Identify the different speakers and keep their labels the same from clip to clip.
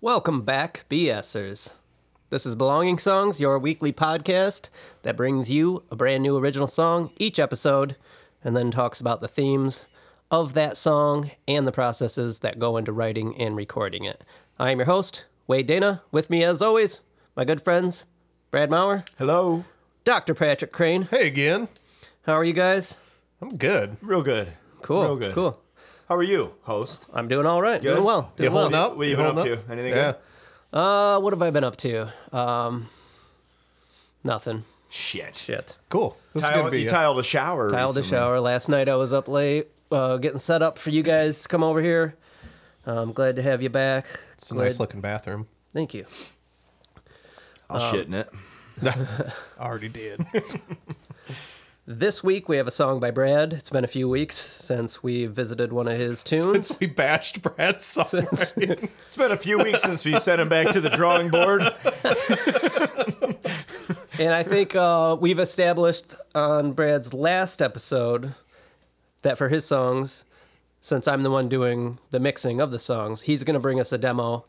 Speaker 1: Welcome back, BSers. This is Belonging Songs, your weekly podcast that brings you a brand new original song each episode and then talks about the themes of that song and the processes that go into writing and recording it. I am your host, Wade Dana. With me, as always, my good friends, Brad Maurer,
Speaker 2: Hello.
Speaker 1: Dr. Patrick Crane.
Speaker 3: Hey again.
Speaker 1: How are you guys?
Speaker 3: I'm good.
Speaker 2: Real good.
Speaker 1: Cool.
Speaker 2: Real good.
Speaker 1: Cool.
Speaker 2: How are you, host?
Speaker 1: I'm doing all right. Doing
Speaker 2: Good?
Speaker 1: well.
Speaker 3: You
Speaker 1: Doing well.
Speaker 3: holding up?
Speaker 2: What you been
Speaker 3: holding
Speaker 2: up to? Anything
Speaker 3: Yeah.
Speaker 2: good?
Speaker 1: Uh, what have I been up to? Um, nothing.
Speaker 2: Shit.
Speaker 1: Shit.
Speaker 3: Cool. This is
Speaker 2: Tile,
Speaker 3: gonna be
Speaker 2: you
Speaker 3: a-
Speaker 2: tiled a shower.
Speaker 1: Tiled the
Speaker 2: recently.
Speaker 1: shower last night. I was up late, uh, getting set up for you guys to come over here. I'm glad to have you back.
Speaker 3: it's a nice looking bathroom.
Speaker 1: Thank you.
Speaker 2: I'll shit in it.
Speaker 3: Already did.
Speaker 1: This week we have a song by Brad. It's been a few weeks since we visited one of his tunes.
Speaker 3: Since we bashed Brad's song. right?
Speaker 2: It's been a few weeks since we sent him back to the drawing board.
Speaker 1: And I think uh, we've established on Brad's last episode that for his songs, since I'm the one doing the mixing of the songs, he's going to bring us a demo.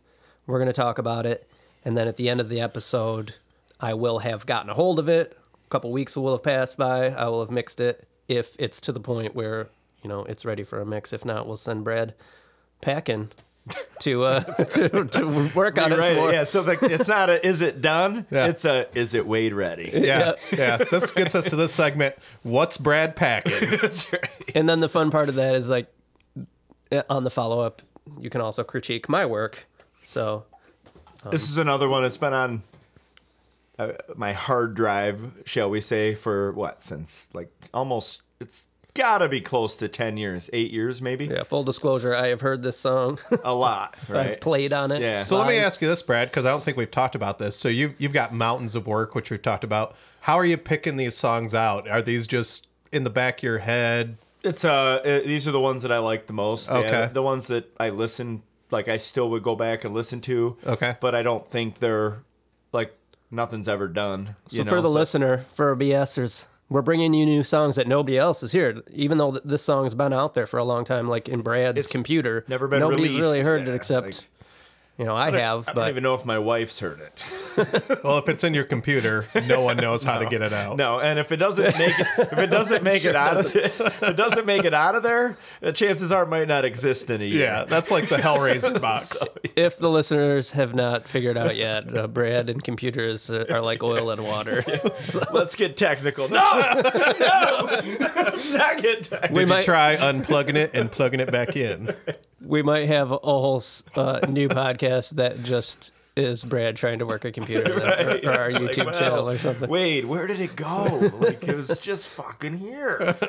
Speaker 1: We're going to talk about it. And then at the end of the episode, I will have gotten a hold of it. A couple weeks will have passed by. I will have mixed it if it's to the point where, you know, it's ready for a mix. If not, we'll send Brad packing to, uh, to, to work on it some
Speaker 2: Right.
Speaker 1: more.
Speaker 2: Yeah. So the, it's not a is it done?
Speaker 3: Yeah.
Speaker 2: It's a is it Wade ready?
Speaker 3: Yeah. Yeah. This gets us to this segment. What's Brad packing?
Speaker 2: That's right.
Speaker 1: And then the fun part of that is like eh, on the follow up, you can also critique my work. So
Speaker 2: This is another one that's been on uh, my hard drive, shall we say, for what since like almost it's gotta be close to ten years, eight years maybe.
Speaker 1: yeah, full disclosure, I have heard this song.
Speaker 2: A lot. Right.
Speaker 1: I've played on it.
Speaker 2: Yeah.
Speaker 3: So let me
Speaker 1: Live.
Speaker 3: ask you this, Brad, because I don't think we've talked about this. So you've you've got mountains of work, which we've talked about. How are you picking these songs out? Are these just in the back of your head?
Speaker 2: It's uh, uh, these are the ones that I like the most. Yeah,
Speaker 3: Okay.
Speaker 2: the ones that I listen, like I still would go back and listen to.
Speaker 3: Okay.
Speaker 2: but I don't think they're like nothing's ever done.
Speaker 1: So
Speaker 2: you know,
Speaker 1: for the
Speaker 2: so-
Speaker 1: listener, for BSers, we're bringing you new songs that nobody else is here. Even though th- this song's been out there for a long time, like in Brad's computer,
Speaker 2: never been
Speaker 1: nobody's
Speaker 2: released.
Speaker 1: really heard it
Speaker 2: Yeah,
Speaker 1: except
Speaker 2: like-
Speaker 1: you know I have.
Speaker 2: I don't
Speaker 1: but
Speaker 2: even know if my wife's heard it.
Speaker 3: Well, if it's in your computer, no one knows how to get it out.
Speaker 2: No, and if it doesn't make it, if it doesn't make it out, of, if it doesn't make it out of there, the chances are it might not exist in a year.
Speaker 3: Yeah, that's like the Hellraiser box.
Speaker 1: if the listeners have not figured out yet, uh, Brad and computers are, are like oil and water.
Speaker 2: Let's get technical. No, no, not get technical.
Speaker 1: we
Speaker 3: Did you
Speaker 1: might
Speaker 3: try unplugging it and plugging it back in?
Speaker 1: we might have a whole s- uh, new podcast that just is Brad trying to work a computer or, or our
Speaker 2: It's like,
Speaker 1: YouTube
Speaker 2: well,
Speaker 1: channel or something.
Speaker 2: Wade, where did it go? Like it was just fucking here.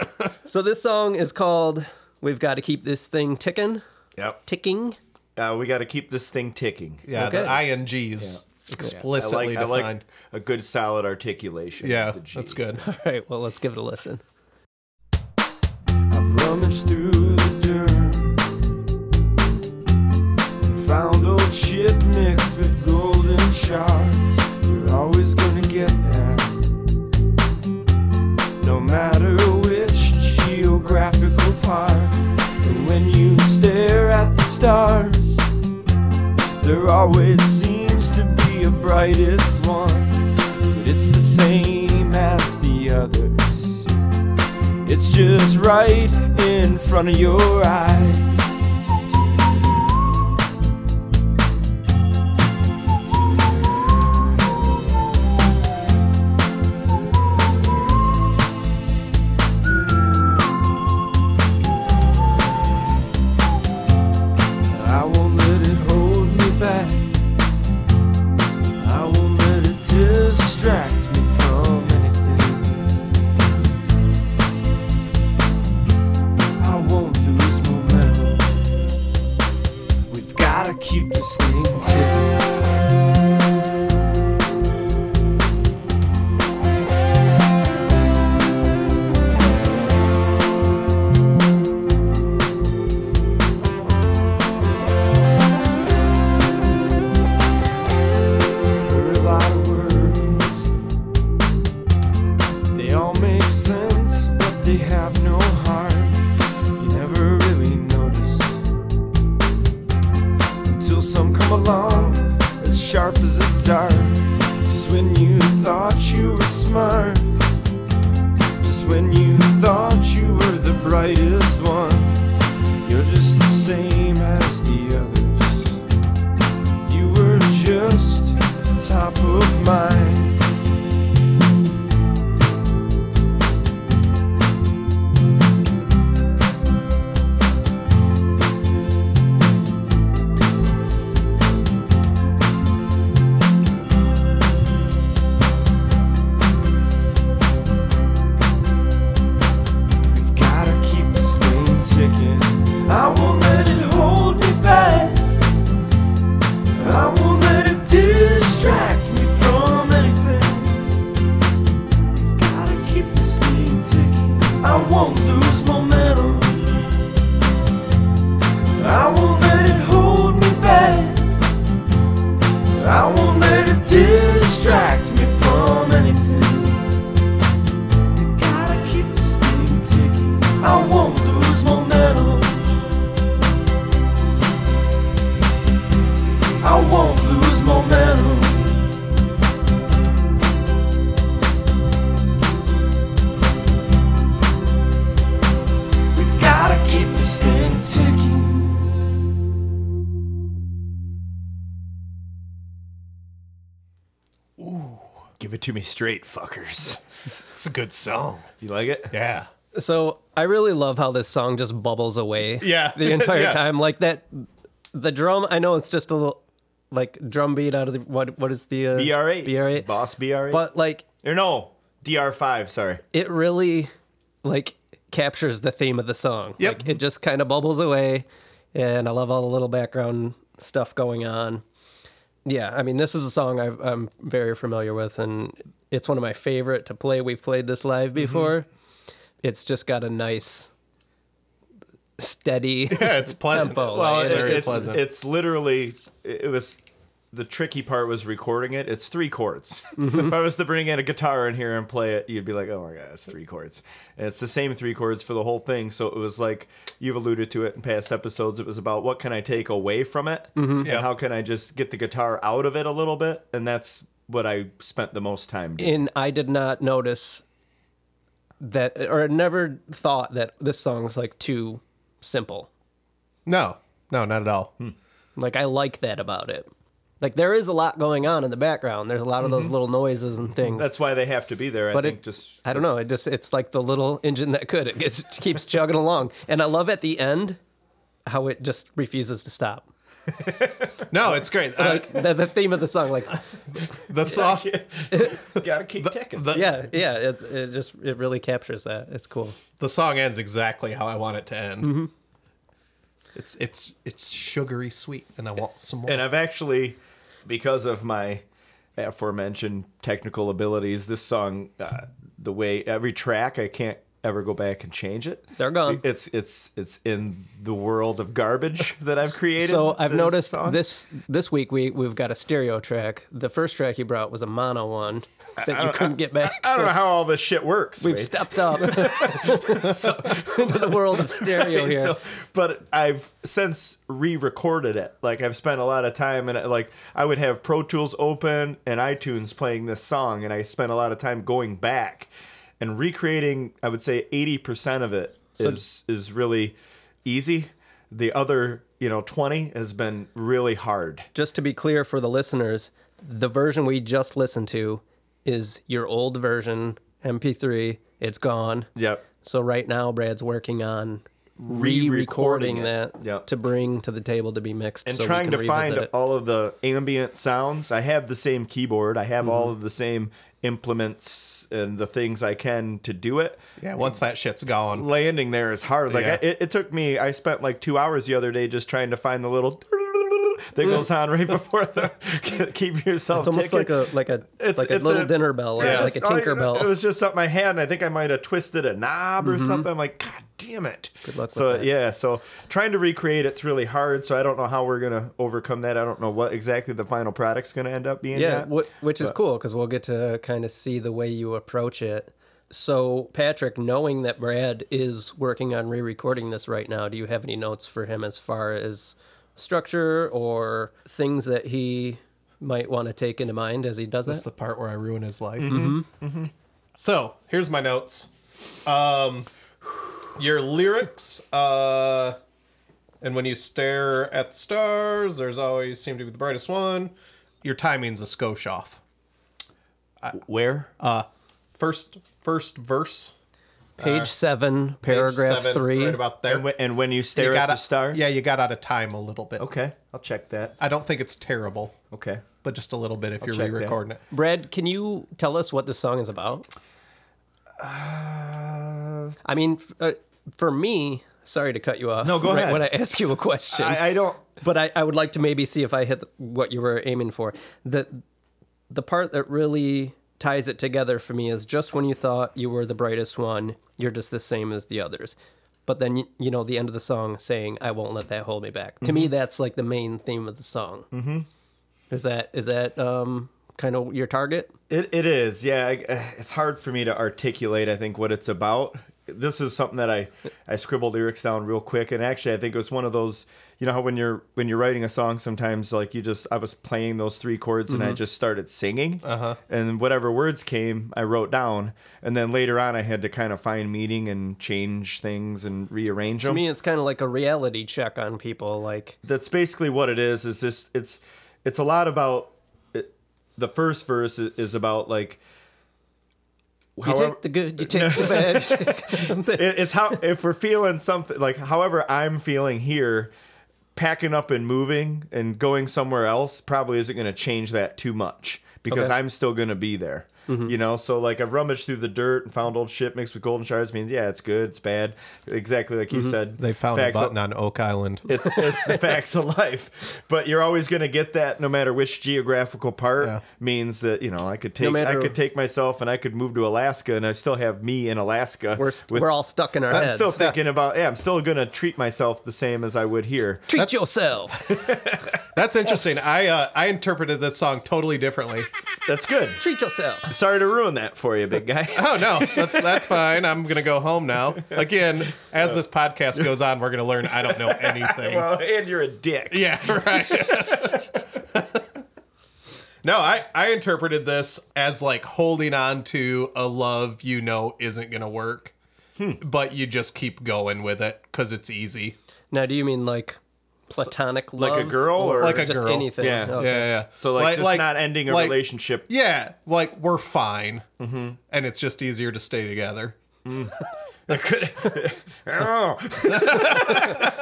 Speaker 1: So this song is called "We've Got to Keep This Thing Ticking."
Speaker 2: Yep.
Speaker 1: Ticking.
Speaker 2: Uh, we got to keep this thing ticking.
Speaker 3: Yeah,
Speaker 1: Okay.
Speaker 3: the ings explicitly
Speaker 2: Oh, I like, I like
Speaker 3: defined.
Speaker 2: a good solid articulation. of the
Speaker 3: yeah,
Speaker 2: G.
Speaker 3: that's good.
Speaker 1: All right. Well, let's give it a listen.
Speaker 4: Rummaged through the dirt. Found old shit mixed with golden shards. You're always gonna get that. No matter which geographical park. And when you stare at the stars, there always seems to be a brightest one. But it's the same as the others. It's just right in front of your eyes. I won't let it hold me back. I won't let it distract me from anything. I won't lose momentum. We've gotta keep this thing ticking. Heard a lot of words. They all make sense, but they have no heart. You never really notice until some come along sharp as a dart. Just when you thought you were smart. Just when you thought you were the brightest one. You're just the same as the others. You were just top of mind. Gotta keep this thing ticking. I won't let it hold me back. I won't let it distract me from anything. Gotta keep this thing ticking. I won't lose momentum. I won't let it hold me back. I won't let it distract me from anything. Gotta keep this thing ticking. I won't lose momentum. I won't lose momentum. We've gotta keep this thing ticking.
Speaker 2: Give it to me straight, fuckers.
Speaker 3: It's a good song.
Speaker 2: You like it?
Speaker 3: Yeah.
Speaker 1: So I really love how this song just bubbles away.
Speaker 3: Yeah.
Speaker 1: The entire
Speaker 3: Yeah.
Speaker 1: time, like that, the drum. I know it's just a little like drum beat out of the what? What is the uh,
Speaker 2: BR8.
Speaker 1: BR8.
Speaker 2: Boss BR8.
Speaker 1: But like
Speaker 2: or no, DR5, sorry.
Speaker 1: it really like captures the theme of the song.
Speaker 3: Yep.
Speaker 1: Like, it just kind of bubbles away, and I love all the little background stuff going on. Yeah, I mean, this is a song I've, I'm very familiar with, and it's one of my favorite to play. We've played this live before. It's just got a nice, steady.
Speaker 3: Yeah, it's pleasant.
Speaker 1: Tempo,
Speaker 2: Well,
Speaker 1: like,
Speaker 2: it-
Speaker 1: it's
Speaker 3: very
Speaker 2: it's,
Speaker 3: pleasant.
Speaker 2: it's literally, it it was, the tricky part was recording it. It's three chords.
Speaker 1: Mm-hmm.
Speaker 2: if I was to bring in a guitar in here and play it, you'd be like, oh my God, it's three chords. And it's the same three chords for the whole thing. So it was like, you've alluded to it in past episodes. It was about what can I take away from it?
Speaker 1: Mm-hmm.
Speaker 3: Yeah.
Speaker 2: And how can I just get the guitar out of it a little bit? And that's what I spent the most time doing.
Speaker 1: and I did not notice that, or never thought that this song's like too simple.
Speaker 3: no, no, not at all.
Speaker 2: Hmm.
Speaker 1: Like I like that about it. Like there is a lot going on in the background. There's a lot of those little noises and things.
Speaker 2: Mm-hmm. That's why they have to be there. I
Speaker 1: but
Speaker 2: think
Speaker 1: it
Speaker 2: just
Speaker 1: I don't know. It just it's like the little engine that could. It just keeps chugging along. And I love at the end how it just refuses to stop.
Speaker 3: No, it's great. Uh,
Speaker 1: Like the, the theme of the song. Like
Speaker 3: the song.
Speaker 2: gotta keep ticking.
Speaker 3: The,
Speaker 1: yeah, yeah. It's it just it really captures that. It's cool.
Speaker 3: the song ends exactly how I want it to end.
Speaker 1: Mm-hmm.
Speaker 3: It's it's it's sugary sweet, and I want some more.
Speaker 2: and I've actually, because of my aforementioned technical abilities, this song, uh, the way every track, I can't ever go back and change it.
Speaker 1: They're gone.
Speaker 2: It's it's it's in the world of garbage that I've created.
Speaker 1: So I've
Speaker 2: this
Speaker 1: noticed
Speaker 2: song.
Speaker 1: this this week we we've got a stereo track. The first track you brought was a mono one that you couldn't get back.
Speaker 2: I don't
Speaker 1: so-
Speaker 2: know how all this shit works.
Speaker 1: We've
Speaker 2: Wade.
Speaker 1: stepped up into the world of stereo here.
Speaker 2: So, but I've since re-recorded it. Like I've spent a lot of time and like I would have Pro Tools open and iTunes playing this song, and I spent a lot of time going back and recreating. I would say eighty percent of it is is really easy. The other, you know, twenty has been really hard.
Speaker 1: just to be clear for the listeners, the version we just listened to is your old version, MP3. It's gone.
Speaker 2: Yep.
Speaker 1: So right now, Brad's working on
Speaker 2: Re-recording
Speaker 1: re-recording
Speaker 2: it.
Speaker 1: that
Speaker 2: Yep.
Speaker 1: to bring to the table to be mixed.
Speaker 2: and
Speaker 1: so we
Speaker 2: trying
Speaker 1: can
Speaker 2: to
Speaker 1: revisit
Speaker 2: find
Speaker 1: it.
Speaker 2: all of the ambient sounds. I have the same keyboard. I have
Speaker 1: Mm-hmm.
Speaker 2: all of the same implements and the things I can to do it.
Speaker 3: yeah, once that shit's gone.
Speaker 2: landing there is hard. Like
Speaker 3: Yeah.
Speaker 2: I, it, it took me. I spent like two hours the other day just trying to find the little that goes on right before the keep yourself.
Speaker 1: It's almost
Speaker 2: ticking.
Speaker 1: like a like a
Speaker 2: It's-
Speaker 1: like a
Speaker 2: it's
Speaker 1: little dinner bell, or
Speaker 2: Yeah,
Speaker 1: like a
Speaker 2: it's- I-
Speaker 1: tinker bell. Mm-hmm.
Speaker 2: It was just something I had, and I think I might have twisted a knob or something. I'm like, God damn it! Good
Speaker 1: luck with
Speaker 2: So
Speaker 1: that.
Speaker 2: yeah, so trying to recreate it's really hard. So I don't know how we're gonna overcome that. I don't know what exactly the final product's gonna end up being.
Speaker 1: yeah,
Speaker 2: yet.
Speaker 1: wh- which is cool because we'll get to kind of see the way you approach it. So, Patrick, knowing that Brad is working on re-recording this right now, do you have any notes for him as far as structure or things that he might want to take into mind as he does
Speaker 3: That's
Speaker 1: it.
Speaker 3: the part where I ruin his life. Mm-hmm.
Speaker 2: Mm-hmm.
Speaker 3: So here's my notes. Um, your lyrics, uh, and when you stare at the stars, there's always seem to be the brightest one. Your timing's a skosh off.
Speaker 2: Where?
Speaker 3: First, first verse,
Speaker 1: Page seven, paragraph
Speaker 3: seven,
Speaker 1: three.
Speaker 3: right about there.
Speaker 2: and, when, and when you stare
Speaker 3: got
Speaker 2: at the stars?
Speaker 3: Yeah, you got out of time a little bit.
Speaker 2: Okay, I'll check that.
Speaker 3: I don't think it's terrible,
Speaker 2: Okay.
Speaker 3: but just a little bit if you're
Speaker 2: check that.
Speaker 3: re-recording it.
Speaker 1: Brad, can you tell us what this song is about?
Speaker 2: Uh,
Speaker 1: I mean, f- uh, for me, sorry to cut you off.
Speaker 2: No, go
Speaker 1: right
Speaker 2: ahead.
Speaker 1: When I ask you a question,
Speaker 2: I, I don't.
Speaker 1: but I, I would like to maybe see if I hit what you were aiming for. The the part that really ties it together for me is just when you thought you were the brightest one, you're just the same as the others. But then you, you know the end of the song saying, "I won't let that hold me back." To
Speaker 2: Mm-hmm.
Speaker 1: me, that's like the main theme of the song. Mm-hmm. Is that is that um, kind of your target?
Speaker 2: It, it is, yeah. I, uh, it's hard for me to articulate. I think what it's about. This is something that I I scribbled lyrics down real quick, and actually, I think it was one of those. You know how when you're when you're writing a song, sometimes like you just I was playing those three chords and I just started singing, uh-huh. and whatever words came, I wrote down, and then later on, I had to kind of find meaning and change things and rearrange
Speaker 1: To
Speaker 2: them.
Speaker 1: me, it's kind of like a reality check on people. Like
Speaker 2: that's basically what it is is just it's it's a lot about it, the first verse i- is about like
Speaker 1: you
Speaker 2: however-
Speaker 1: take the good, you take the bad.
Speaker 2: it- it's how if we're feeling something like however i'm feeling here packing up and moving and going somewhere else probably isn't going to change that too much because
Speaker 1: Okay. Mm-hmm.
Speaker 2: i'm still going to be there you know so like i've rummaged through the dirt and found old shit mixed with golden shards means yeah it's good it's bad exactly like you
Speaker 1: Mm-hmm.
Speaker 2: said
Speaker 3: They found
Speaker 2: Facts-
Speaker 3: a button on Oak Island.
Speaker 2: It's it's the facts of life, but you're always going to get that no matter which geographical part.
Speaker 3: Yeah.
Speaker 2: Means that you know I could take I
Speaker 1: matter-
Speaker 2: could take myself and I could move to Alaska and I still have me in Alaska.
Speaker 1: We're,
Speaker 2: with-
Speaker 1: we're all stuck in our
Speaker 2: I'm
Speaker 1: heads.
Speaker 2: still thinking about yeah I'm still going to treat myself the same as I would here.
Speaker 1: Treat
Speaker 3: That's-
Speaker 1: yourself.
Speaker 3: That's interesting. I uh, I interpreted this song totally differently.
Speaker 2: That's good.
Speaker 1: Treat yourself.
Speaker 2: Sorry to ruin that for you, big guy.
Speaker 3: Oh no, that's that's fine. I'm gonna go home now. Again, as this podcast goes on, we're gonna learn I don't know anything.
Speaker 2: well, and you're a dick.
Speaker 3: Yeah, right. no, I, I interpreted this as like holding on to a love you know isn't going to work,
Speaker 2: Hmm.
Speaker 3: but you just keep going with it because it's easy.
Speaker 1: Now, do you mean like platonic love?
Speaker 2: Like a girl or-
Speaker 3: Like a
Speaker 1: just
Speaker 3: girl.
Speaker 1: anything?
Speaker 2: Yeah.
Speaker 1: Okay.
Speaker 3: Yeah, yeah.
Speaker 2: So like, just not ending a
Speaker 3: like-
Speaker 2: relationship. Mm-hmm.
Speaker 3: Yeah, like we're fine. And it's just easier to stay together.
Speaker 2: Oh.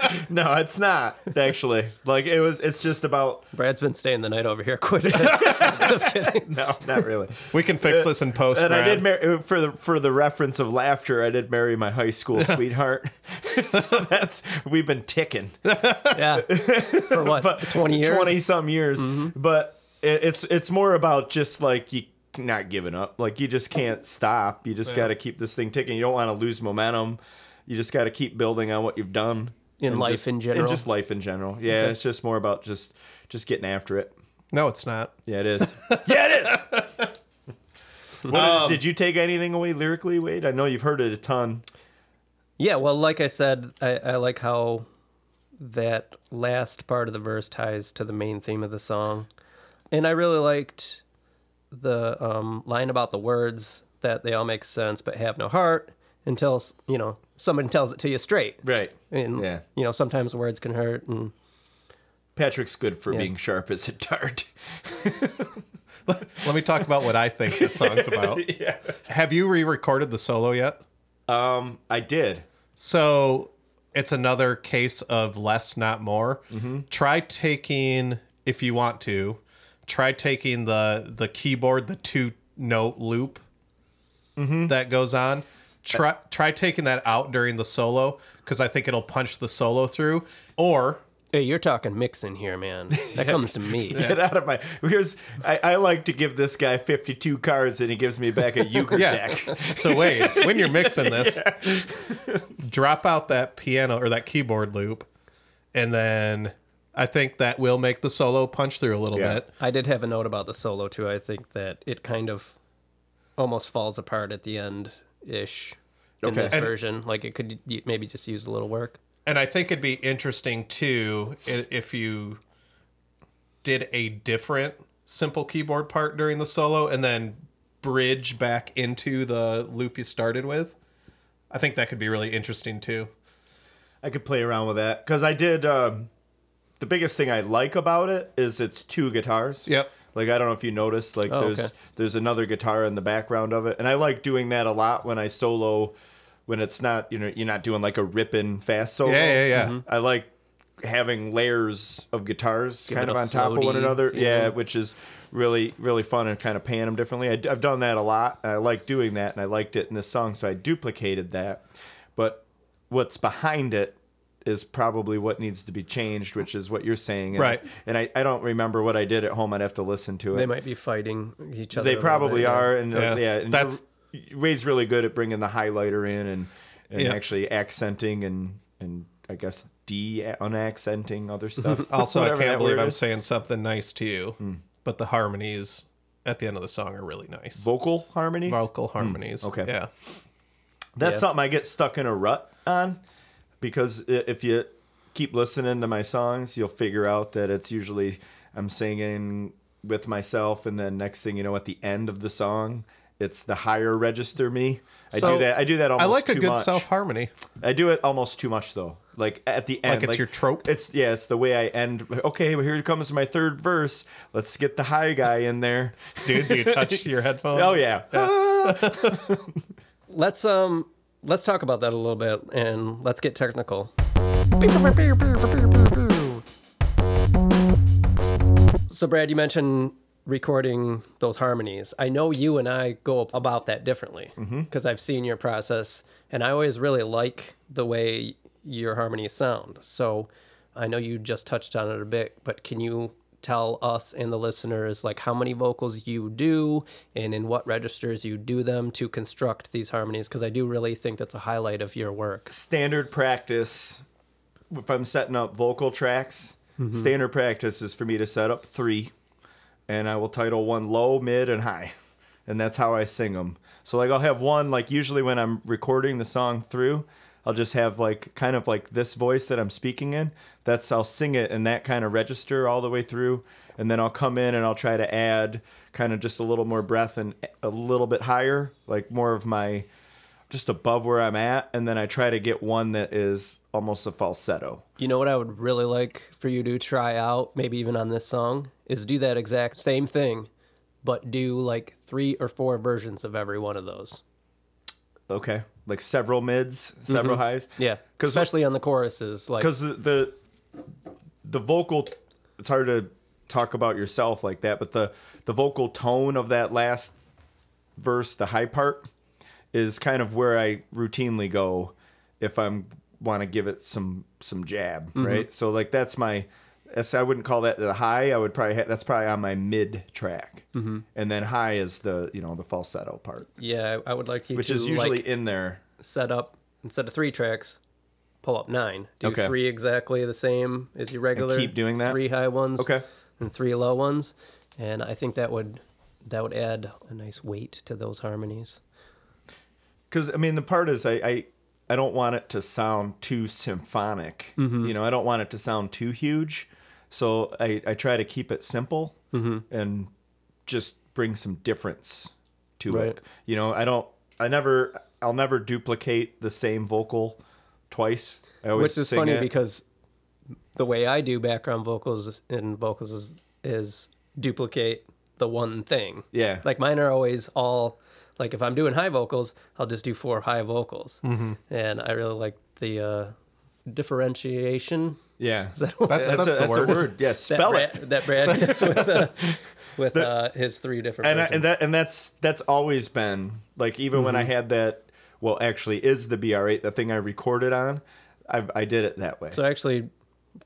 Speaker 2: no, it's not actually. Like it was. It's just about
Speaker 1: Brad's been staying the night over here. Quit it. just kidding.
Speaker 2: no, not really.
Speaker 3: We can fix this in post.
Speaker 2: Uh, And I
Speaker 3: Brad.
Speaker 2: did marry for the for the reference of laughter. I did marry my high school sweetheart. so that's we've been ticking
Speaker 1: Yeah. For what? Twenty years. Mm-hmm.
Speaker 2: twenty some years. But it, it's it's more about just like you not giving up. Like you just can't stop. You just got to keep this thing ticking. You don't want to lose momentum. You just got to keep building on what you've done
Speaker 1: In
Speaker 2: And
Speaker 1: life
Speaker 2: just-
Speaker 1: in general.
Speaker 2: And just life in general. Yeah, it's just more about just just getting after it.
Speaker 3: no, it's not.
Speaker 2: Yeah, it is. yeah, it is. What-
Speaker 1: Um,
Speaker 2: did you take anything away lyrically, Wade? I know you've heard it a ton.
Speaker 1: Yeah. Well, like I said, I, I like how that last part of the verse ties to the main theme of the song, and I really liked the um, line about the words that they all make sense but have no heart until s- you know someone tells it to you straight.
Speaker 2: Right.
Speaker 1: And
Speaker 2: Yeah.
Speaker 1: you know sometimes words can hurt and
Speaker 2: Patrick's good for being sharp as a dart.
Speaker 3: Let me talk about what I think this song's about. Have you re recorded the solo yet?
Speaker 2: Um, I did.
Speaker 3: So it's another case of less, not more. Try taking, if you want to, try taking the the keyboard, the two note loop that goes on. Try try taking that out during the solo because I think it'll punch the solo through. Or
Speaker 1: Hey, you're talking mixing here, man. That comes to me.
Speaker 2: Get out of my. Here's. I, I like to give this guy 52 cards, and he gives me back a euchre
Speaker 3: yeah.
Speaker 2: deck.
Speaker 3: So wait, when you're mixing this, drop out that piano or that keyboard loop, and then I think that will make the solo punch through a little
Speaker 2: Yeah.
Speaker 3: bit.
Speaker 1: I did have a note about the solo too. I think that it kind of almost falls apart at the end ish in
Speaker 2: Okay.
Speaker 1: this
Speaker 3: And-
Speaker 1: version. Like it could y- maybe just use a little work.
Speaker 3: and I think it'd be interesting too i- if you did a different simple keyboard part during the solo and then bridge back into the loop you started with. I think that could be really interesting too.
Speaker 2: I could play around with that because I did. Um, the biggest thing I like about it is it's two guitars.
Speaker 3: Yep.
Speaker 2: Like I don't know if you noticed, like
Speaker 1: Oh,
Speaker 2: there's
Speaker 1: okay.
Speaker 2: there's another guitar in the background of it, and I like doing that a lot when I solo, when it's not you know you're not doing like a ripping fast solo. Mm-hmm.
Speaker 3: Yeah, yeah, yeah.
Speaker 2: I like having layers of guitars kind
Speaker 1: it
Speaker 2: of
Speaker 1: a
Speaker 2: on top of one
Speaker 1: floaty
Speaker 2: another.
Speaker 1: feeling.
Speaker 2: Yeah, which is really really fun and kind of paying them differently. I, have done that a lot. And I like doing that, and I liked it in this song, so I duplicated that. But what's behind it is probably what needs to be changed, which is what you're saying. And,
Speaker 3: Right.
Speaker 2: And I, I don't remember what I did at home. I'd have to listen to it.
Speaker 1: They might be fighting each other.
Speaker 2: They
Speaker 1: a little
Speaker 2: probably
Speaker 1: bit, yeah.
Speaker 2: are, and uh, yeah,
Speaker 3: Yeah.
Speaker 2: and
Speaker 3: That's-
Speaker 2: Wade's really good at bringing the highlighter in and, and
Speaker 3: Yeah.
Speaker 2: actually accenting and and I guess de unaccenting other stuff.
Speaker 3: Also, I
Speaker 2: Whatever that
Speaker 3: can't believe
Speaker 2: word
Speaker 3: I'm
Speaker 2: is.
Speaker 3: saying something nice to you,
Speaker 2: Hmm.
Speaker 3: but the harmonies at the end of the song are really nice.
Speaker 2: vocal harmonies.
Speaker 3: Vocal harmonies.
Speaker 2: Hmm. okay.
Speaker 3: Yeah.
Speaker 2: That's
Speaker 1: Yeah.
Speaker 2: something I get stuck in a rut on because i- if you keep listening to my songs, you'll figure out that it's usually I'm singing with myself, and then next thing you know, at the end of the song. It's the higher register me. I do
Speaker 1: So-
Speaker 2: that. I do that almost
Speaker 3: I like a
Speaker 2: too
Speaker 3: good
Speaker 2: much.
Speaker 3: self harmony.
Speaker 2: I do it almost too much though. Like at the end,
Speaker 3: it's your trope?
Speaker 2: It's yeah, it's the way I end. Okay, well, here comes my third verse. Let's get the high guy in there.
Speaker 3: Dude, do you touch your headphone?
Speaker 2: oh yeah,
Speaker 3: uh,
Speaker 1: Let's um let's talk about that a little bit and let's get technical. So Brad, you mentioned recording those harmonies. I know you and I go about that differently because I've seen your process and I always really like the way your harmonies sound. So I know you just touched on it a bit, but can you tell us and the listeners like how many vocals you do and in what registers you do them to construct these harmonies because I do really think that's a highlight of your work.
Speaker 2: standard practice if I'm setting up vocal tracks, standard practice is for me to set up three, and I will title one low, mid, and high, and that's how I sing them. So like I'll have one like usually when I'm recording the song through, I'll just have like kind of like this voice that I'm speaking in. That's I'll sing it in that kind of register all the way through, and then I'll come in and I'll try to add kind of just a little more breath and a little bit higher, like more of my just above where I'm at, and then I try to get one that is almost a falsetto.
Speaker 1: You know what I would really like for you to try out, maybe even on this song, is do that exact same thing, but do like three or four versions of every one of those.
Speaker 2: Okay, like several mids, several highs.
Speaker 1: Yeah,
Speaker 2: 'Cause-
Speaker 1: especially on the choruses, like
Speaker 2: because the, the the vocal it's hard to talk about yourself like that, but the the vocal tone of that last verse, the high part, is kind of where I routinely go if I'm want to give it some some jab, right? So like that's my that's I wouldn't call that the high. I would probably ha- that's probably on my mid track, mm-hmm. and then high is the you know the falsetto part,
Speaker 1: yeah, I I would like you
Speaker 2: which
Speaker 1: to
Speaker 2: is usually
Speaker 1: like
Speaker 2: in there.
Speaker 1: set up instead of three tracks, pull up nine, do
Speaker 2: Okay.
Speaker 1: three exactly the same as your regular.
Speaker 2: keep doing that?
Speaker 1: Three high ones,
Speaker 2: Okay.
Speaker 1: and three low ones, and I think that would that would add a nice weight to those harmonies.
Speaker 2: because I mean the part is I, I I don't want it to sound too symphonic.
Speaker 1: Mm-hmm.
Speaker 2: You know, I don't want it to sound too huge. So I I try to keep it simple
Speaker 1: Mm-hmm.
Speaker 2: and just bring some difference to
Speaker 1: Right.
Speaker 2: it. You know, I don't I never I'll never duplicate the same vocal twice. I always
Speaker 1: which is
Speaker 2: sing
Speaker 1: funny
Speaker 2: it.
Speaker 1: because the way I do background vocals and vocals is, is duplicate the one thing.
Speaker 2: Yeah.
Speaker 1: Like mine are always all like if I'm doing high vocals, I'll just do four high vocals, mm-hmm. and I really like the uh, differentiation.
Speaker 2: yeah,
Speaker 1: that a
Speaker 3: That's- that's
Speaker 2: a,
Speaker 3: the
Speaker 2: that's
Speaker 3: word.
Speaker 2: a word. Yeah,
Speaker 1: That
Speaker 2: spell it.
Speaker 1: Brad, that Brad gets with uh, with uh, his three different.
Speaker 2: and I,
Speaker 1: versions.
Speaker 2: and that and that's that's always been like even when
Speaker 1: Mm-hmm.
Speaker 2: I had that well actually is the BR8 the thing I recorded on I I did it that way.
Speaker 1: so actually,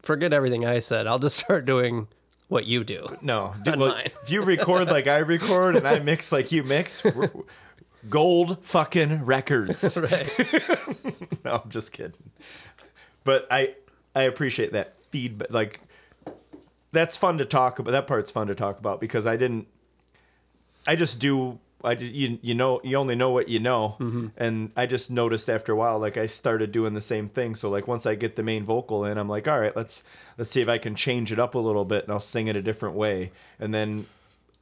Speaker 1: forget everything I said. I'll just start doing what you do.
Speaker 2: no, d-
Speaker 1: on
Speaker 2: well,
Speaker 1: mine.
Speaker 2: if you record like I record and I mix like you mix, we're- gold fucking records.
Speaker 1: Right.
Speaker 2: no, I'm just kidding. But I I appreciate that feedback. Like that's fun to talk about. That part's fun to talk about because I didn't. I just do. I ju- you you know you only know what you know, and I just noticed after a while. Like I started doing the same thing. So like once I get the main vocal in, I'm like, all right, let's let's see if I can change it up a little bit, and I'll sing it a different way, and then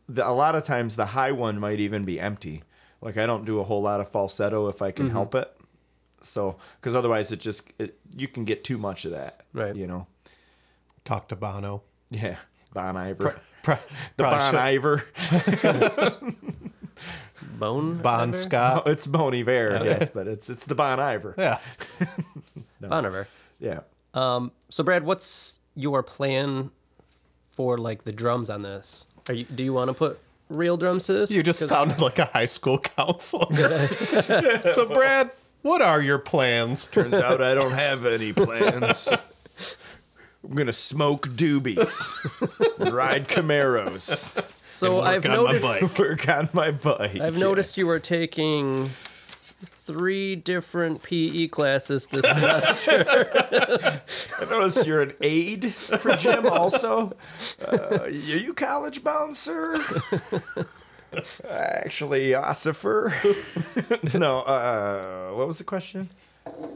Speaker 2: the, a lot of times the high one might even be empty. Like I don't do a whole lot of falsetto if I can help it. So, because otherwise it just it, you can get too much of that,
Speaker 1: Right.
Speaker 2: You know,
Speaker 3: Talk to Bono.
Speaker 2: yeah. Bon Iver,
Speaker 3: Pro-
Speaker 2: the
Speaker 3: probably
Speaker 2: Bon
Speaker 3: should-
Speaker 2: Iver.
Speaker 1: Bone.
Speaker 3: Bon
Speaker 1: Iver?
Speaker 3: Scott.
Speaker 2: Oh, it's Bon Iver, yes, but it's it's the Bon Iver.
Speaker 3: Yeah.
Speaker 1: Bon Iver.
Speaker 2: Yeah.
Speaker 1: Um, so Brad, what's your plan for like the drums on this? Are you do you want to put real drums to this?
Speaker 3: You just sounded like a high school counselor. so, Brad, what are your plans?
Speaker 2: Turns out I don't have any plans. I'm gonna smoke doobies, ride Camaros,
Speaker 1: so
Speaker 3: work
Speaker 1: I've
Speaker 3: on my
Speaker 1: noticed
Speaker 3: bike.
Speaker 2: work on my bike.
Speaker 1: I've noticed you were taking three different PE classes this semester.
Speaker 2: I noticed you're an aide for Jim. Also, uh, are you college bound, sir? Uh, Actually, Ossifer. no. Uh, what was the question?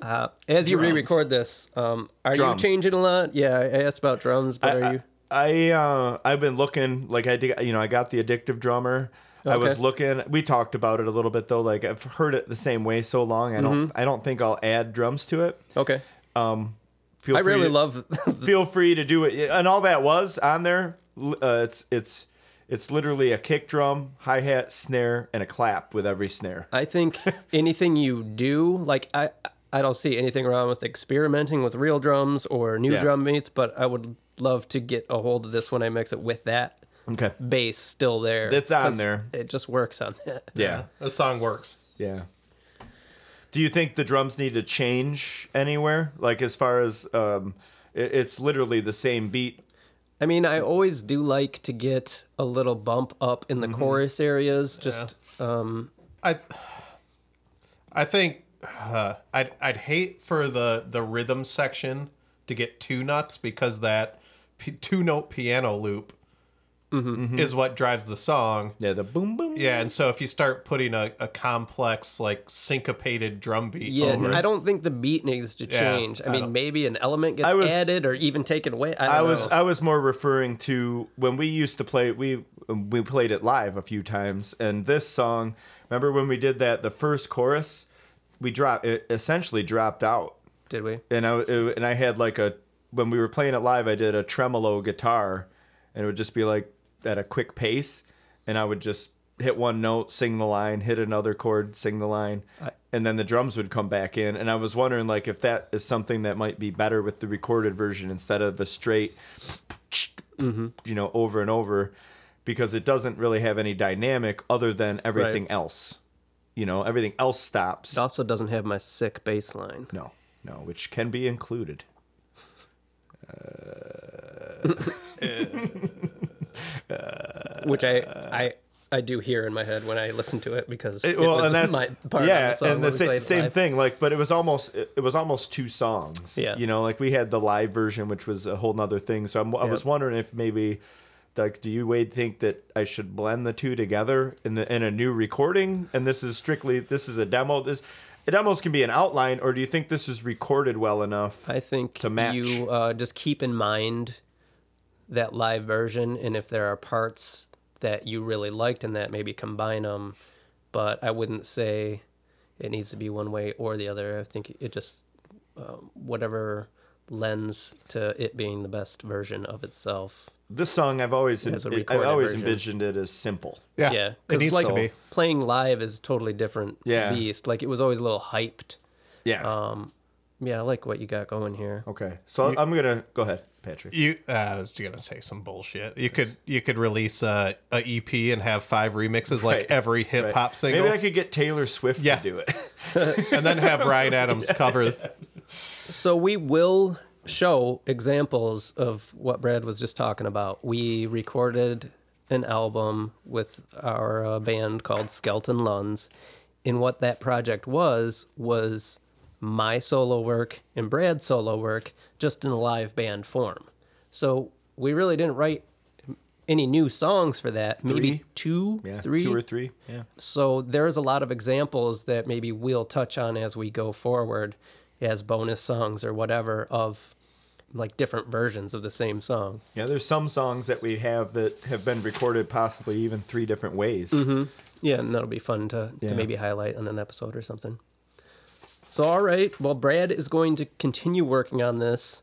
Speaker 1: Uh, as you
Speaker 2: Drums.
Speaker 1: re-record this, um, are
Speaker 2: Drums.
Speaker 1: you changing a lot? Yeah, I asked about drums, but
Speaker 2: I-
Speaker 1: are you?
Speaker 2: I uh, I've been looking like I did, you know I got the addictive drummer. I was
Speaker 1: Okay.
Speaker 2: looking. We talked about it a little bit though. Like I've heard it the same way so long. I don't
Speaker 1: Mm-hmm.
Speaker 2: I don't think I'll add drums to it.
Speaker 1: Okay.
Speaker 2: Um, feel
Speaker 1: I
Speaker 2: free
Speaker 1: really
Speaker 2: to,
Speaker 1: love.
Speaker 2: feel free to do it. And all that was on there. l- Uh, it's it's it's literally a kick drum, hi hat, snare, and a clap with every snare.
Speaker 1: I think anything you do, like I, I don't see anything wrong with experimenting with real drums or new
Speaker 2: Yeah.
Speaker 1: drum beats, but I would love to get a hold of this when I mix it with that
Speaker 2: Okay.
Speaker 1: bass still there.
Speaker 2: That's on
Speaker 1: 'cause
Speaker 2: there.
Speaker 1: It just works on that.
Speaker 2: Yeah.
Speaker 3: The song works.
Speaker 2: Yeah. Do you think the drums need to change anywhere? Like as far as um, it, it's literally the same beat.
Speaker 1: I mean, I always do like to get a little bump up in the
Speaker 2: Mm-hmm.
Speaker 1: chorus areas. Just
Speaker 3: I I think uh, I'd I'd hate for the the rhythm section to get too nuts because that p- two note piano loop is what drives the song.
Speaker 2: Yeah, the boom boom.
Speaker 3: Yeah, and so if you start putting a, a complex like syncopated drum beat
Speaker 1: yeah,
Speaker 3: over
Speaker 1: I
Speaker 3: it,
Speaker 1: don't think the beat needs to
Speaker 3: Yeah,
Speaker 1: change. I
Speaker 3: I
Speaker 1: mean,
Speaker 3: don't-
Speaker 1: maybe an element gets
Speaker 2: I was-
Speaker 1: added or even taken away. I, don't
Speaker 2: I was uh,
Speaker 1: know.
Speaker 2: I was more referring to when we used to play we we played it live a few times and this song remember when we did that the first chorus we dropped it essentially dropped out
Speaker 1: Did we?
Speaker 2: and I it- and I had like a when we were playing it live I did a tremolo guitar and it would just be like at a quick pace and I would just hit one note sing the line hit another chord sing the line and then the drums would come back in and I was wondering like if that is something that might be better with the recorded version instead of a straight you know over and over because it doesn't really have any dynamic other than everything else you know everything else stops
Speaker 1: It also doesn't have my sick bass line.
Speaker 2: no, no, which can be included.
Speaker 1: which I I I do hear in my head when I listen to it because it,
Speaker 2: well,
Speaker 1: was
Speaker 2: and that's
Speaker 1: my part of
Speaker 2: yeah,
Speaker 1: the song
Speaker 2: and the
Speaker 1: when we
Speaker 2: sa-
Speaker 1: played it
Speaker 2: same
Speaker 1: live.
Speaker 2: thing. Like, but it was almost it, it was almost two songs.
Speaker 1: Yeah.
Speaker 2: you know, like we had the live version, which was a whole nother thing. So I'm, I was
Speaker 1: Yep.
Speaker 2: wondering if maybe, like, do you Wade think that I should blend the two together in the in a new recording? And this is strictly this is a demo. This demos can be an outline, or do you think this is recorded well enough?
Speaker 1: I think
Speaker 2: To match.
Speaker 1: you uh, just keep in mind that live version, and if there are parts that you really liked in that, maybe combine them. But I wouldn't say it needs to be one way or the other. I think it just um, whatever lends to it being the best version of itself.
Speaker 2: this song I've always
Speaker 1: As a
Speaker 2: I
Speaker 1: recorded
Speaker 2: always
Speaker 1: version.
Speaker 2: envisioned it as simple.
Speaker 3: yeah,
Speaker 1: Yeah,
Speaker 3: it
Speaker 1: 'cause,
Speaker 3: needs
Speaker 1: like,
Speaker 3: to be.
Speaker 1: Playing live is totally different
Speaker 2: Yeah.
Speaker 1: beast. Like it was always a little hyped.
Speaker 2: Yeah.
Speaker 1: Um, yeah, I like what you got going here.
Speaker 2: okay. So I'm gonna go ahead, Patrick.
Speaker 3: You, uh, I was gonna say some bullshit. You could you could release a, a EP and have five remixes like
Speaker 2: Right,
Speaker 3: every hip
Speaker 2: Right.
Speaker 3: hop single,
Speaker 2: Maybe I could get Taylor Swift
Speaker 3: Yeah.
Speaker 2: to do it.
Speaker 3: and then have Ryan Adams cover.
Speaker 1: So we will show examples of what Brad was just talking about. We recorded an album with our uh, band called Skeleton Luns, and what that project was was my solo work and Brad's solo work just in a live band form. So we really didn't write any new songs for that. Maybe
Speaker 2: Three.
Speaker 1: two,
Speaker 2: Yeah,
Speaker 1: three,
Speaker 2: two or three. Yeah.
Speaker 1: so there's a lot of examples that maybe we'll touch on as we go forward as bonus songs or whatever of like different versions of the same song.
Speaker 2: Yeah, there's some songs that we have that have been recorded possibly even three different ways.
Speaker 1: Mm-hmm. Yeah, and that'll be fun to,
Speaker 2: Yeah.
Speaker 1: to maybe highlight on an episode or something. So, all right. Well, Brad is going to continue working on this,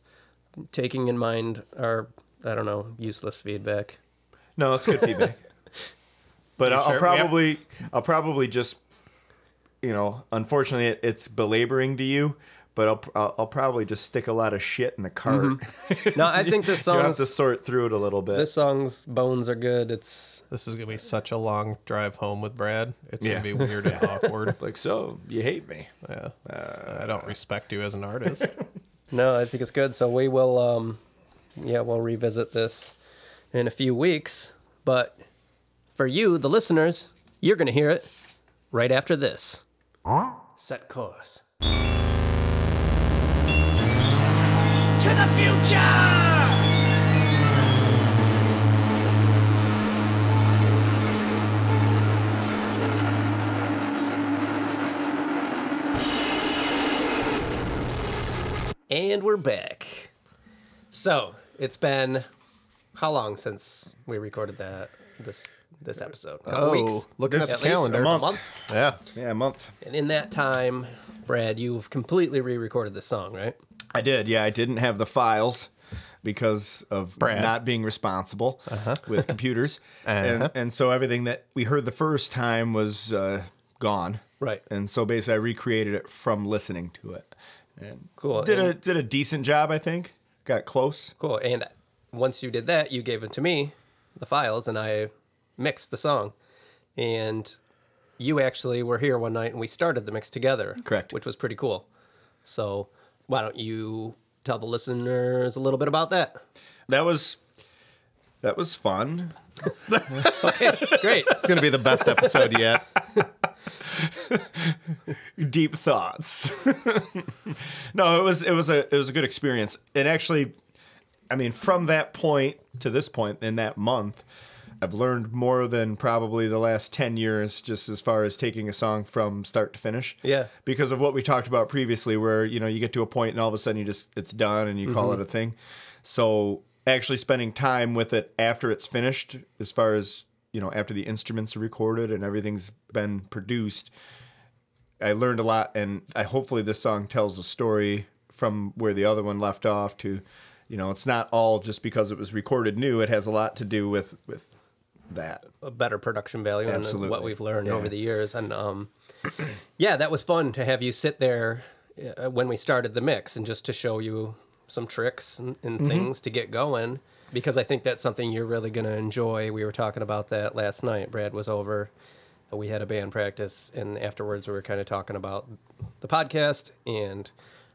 Speaker 1: taking in mind our, I don't know, useless feedback.
Speaker 2: No, it's good feedback. But I'll, I'll
Speaker 3: Sure, yep.
Speaker 2: probably, I'll probably just, you know, unfortunately, it, it's belaboring to you. But I'll, I'll, I'll probably just stick a lot of shit in the cart.
Speaker 1: No, I think this
Speaker 2: You'll
Speaker 1: Mm-hmm.
Speaker 2: have
Speaker 1: song's,
Speaker 2: to sort through it a little bit.
Speaker 1: this song's bones are good. It's
Speaker 3: This is gonna be such a long drive home with Brad. It's
Speaker 2: Yeah.
Speaker 3: gonna be weird and awkward.
Speaker 2: like, so you hate me?
Speaker 3: Yeah, I don't respect you as an artist.
Speaker 1: No, I think it's good. So we will, um, yeah, we'll revisit this in a few weeks. But for you, the listeners, you're going to hear it right after this. Set course.
Speaker 5: to the future!
Speaker 1: And we're back. So it's been how long since we recorded that this this episode? A couple weeks.
Speaker 3: looking
Speaker 2: This-
Speaker 3: Oh, at
Speaker 1: At
Speaker 3: the
Speaker 1: least
Speaker 3: calendar.
Speaker 1: A month.
Speaker 3: Yeah,
Speaker 2: Yeah, a month.
Speaker 1: And in that time, Brad, you've completely re-recorded this song, right?
Speaker 2: I did. Yeah, I didn't have the files because of not being responsible
Speaker 1: Uh-huh.
Speaker 2: with computers, and and so everything that we heard the first time was uh, gone.
Speaker 1: Right.
Speaker 2: And so basically, I recreated it from listening to it. And
Speaker 1: Cool.
Speaker 2: Did
Speaker 1: and,
Speaker 2: a did a decent job, I think. Got close.
Speaker 1: Cool. And once you did that, you gave it to me, the files, and I mixed the song. And you actually were here one night and we started the mix together.
Speaker 2: Correct.
Speaker 1: Which was pretty cool. So why don't you tell the listeners a little bit about that?
Speaker 2: That was that was fun.
Speaker 1: Great.
Speaker 3: it's gonna be the best episode yet.
Speaker 2: deep thoughts. no, it was it was a it was a good experience. And actually, I mean, from that point to this point in that month, I've learned more than probably the last ten years, just as far as taking a song from start to finish.
Speaker 1: Yeah.
Speaker 2: Because of what we talked about previously, where you know you get to a point and all of a sudden you just it's done and you call it a thing. So actually spending time with it after it's finished, as far as you know, after the instruments are recorded and everything's been produced, I learned a lot, and I hopefully this song tells a story from where the other one left off. To, you know, it's not all just because it was recorded new. It has a lot to do with with that.
Speaker 1: a better production value and
Speaker 2: Absolutely.
Speaker 1: what we've learned
Speaker 2: Yeah.
Speaker 1: over the years. And um, yeah, that was fun to have you sit there uh, when we started the mix and just to show you some tricks and, and
Speaker 3: Mm-hmm.
Speaker 1: things to get going because I think that's something you're really going to enjoy. We were talking about that last night. Brad was over. We had a band practice, and afterwards, we were kind of talking about the podcast and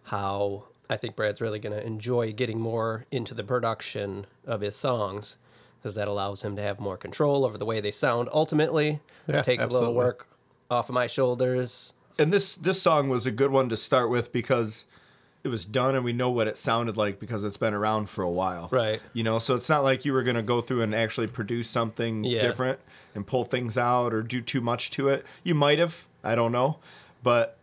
Speaker 1: how I think Brad's really going to enjoy getting more into the production of his songs because that allows him to have more control over the way they sound ultimately.
Speaker 3: Yeah,
Speaker 1: takes a little
Speaker 3: absolutely.
Speaker 1: work off of my shoulders.
Speaker 2: And this this song was a good one to start with because it was done, and we know what it sounded like because it's been around for a while.
Speaker 1: Right.
Speaker 2: You know, so it's not like you were gonna go through and actually produce something
Speaker 1: Yeah.
Speaker 2: different and pull things out or do too much to it. You might have. I don't know, but.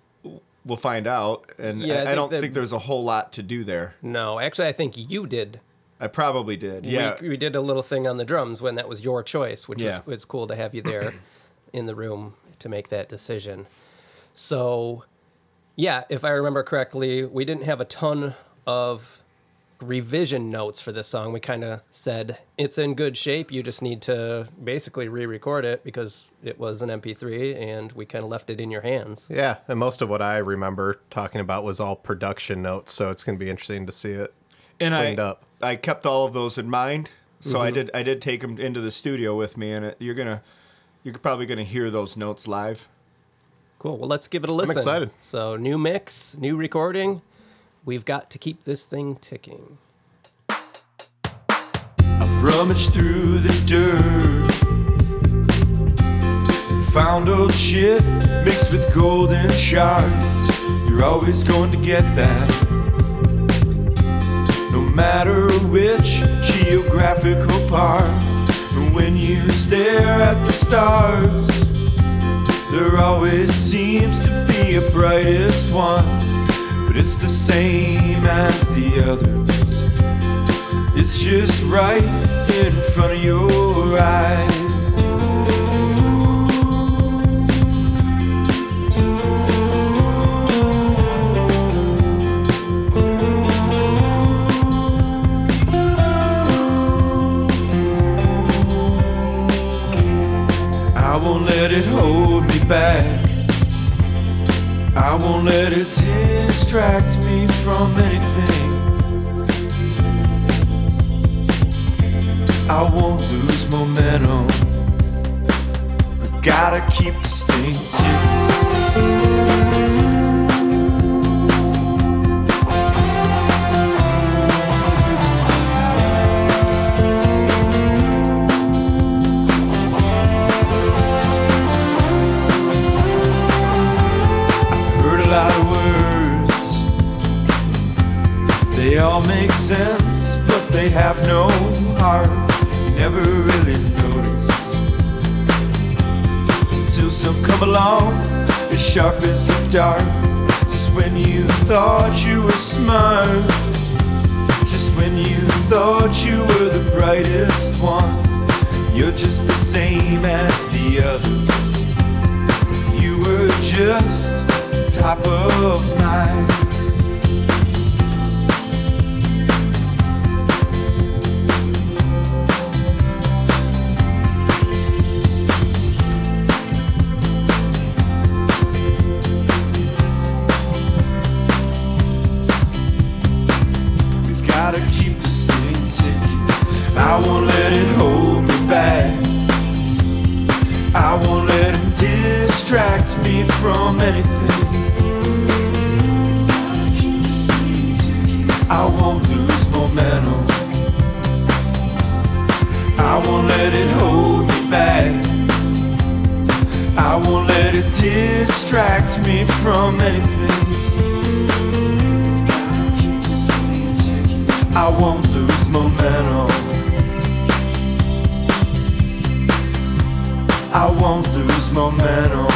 Speaker 2: We'll find out, and
Speaker 1: Yeah, I
Speaker 2: I, I
Speaker 1: think
Speaker 2: don't
Speaker 1: that-
Speaker 2: think there's a whole lot to do there.
Speaker 1: No, actually, I think you did.
Speaker 2: I probably did.
Speaker 1: We-
Speaker 2: Yeah.
Speaker 1: we, did a little thing on the drums when that was your choice, which
Speaker 2: Yeah.
Speaker 1: was, was cool to have you there in the room to make that decision. So, yeah, if I remember correctly, we didn't have a ton of revision notes for this song. We kind of said it's in good shape. You just need to basically re-record it because it was an MP3, and we kind of left it in your hands.
Speaker 3: Yeah, and most of what I remember talking about was all production notes, so it's gonna be interesting to see it.
Speaker 2: and I
Speaker 3: cleaned up.
Speaker 2: I kept all of those in mind. So
Speaker 1: Mm-hmm.
Speaker 2: I did I did take them into the studio with me and it, you're going to you're probably going to hear those notes live.
Speaker 1: Cool. Well, let's give it a listen.
Speaker 3: excited.
Speaker 1: So, new mix, new recording. We've got to keep this thing ticking.
Speaker 4: Rummaged through the dirt. Found old shit mixed with golden shards. You're always going to get that. No matter which geographical part. And when you stare at the stars, there always seems to be a brightest one. But it's the same as the others. It's just right in front of your eyes. I won't let it hold me back. I won't let it distract me from anything. I won't lose momentum. But gotta keep this thing tight. Heard a lot of words. They all make sense, but they have no heart. Never really notice until some come along as sharp as the dart. Just when you thought you were smart, just when you thought you were the brightest one, you're just the same as the others. You were just top of mind. We've gotta keep this thing ticking. I won't let it hold me back. I won't let him distract me from anything. I won't lose momentum. I won't let it hold me back. I won't let it distract me from anything. I won't lose momentum. I won't lose momentum.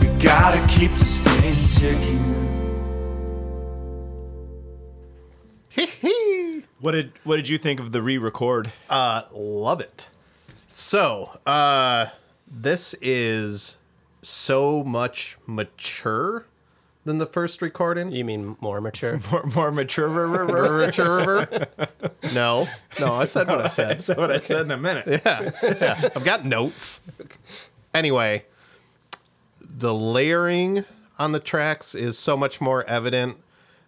Speaker 4: We gotta keep this thing ticking.
Speaker 2: What did What did you think of the re-record?
Speaker 3: Uh, love it. So, uh, this is so much mature than the first recording.
Speaker 1: You mean more mature?
Speaker 2: More, more mature.
Speaker 3: Mature river? No, no, I said what I said.
Speaker 2: That's what I said in a minute.
Speaker 3: yeah, I've got notes. Anyway, the layering on the tracks is so much more evident.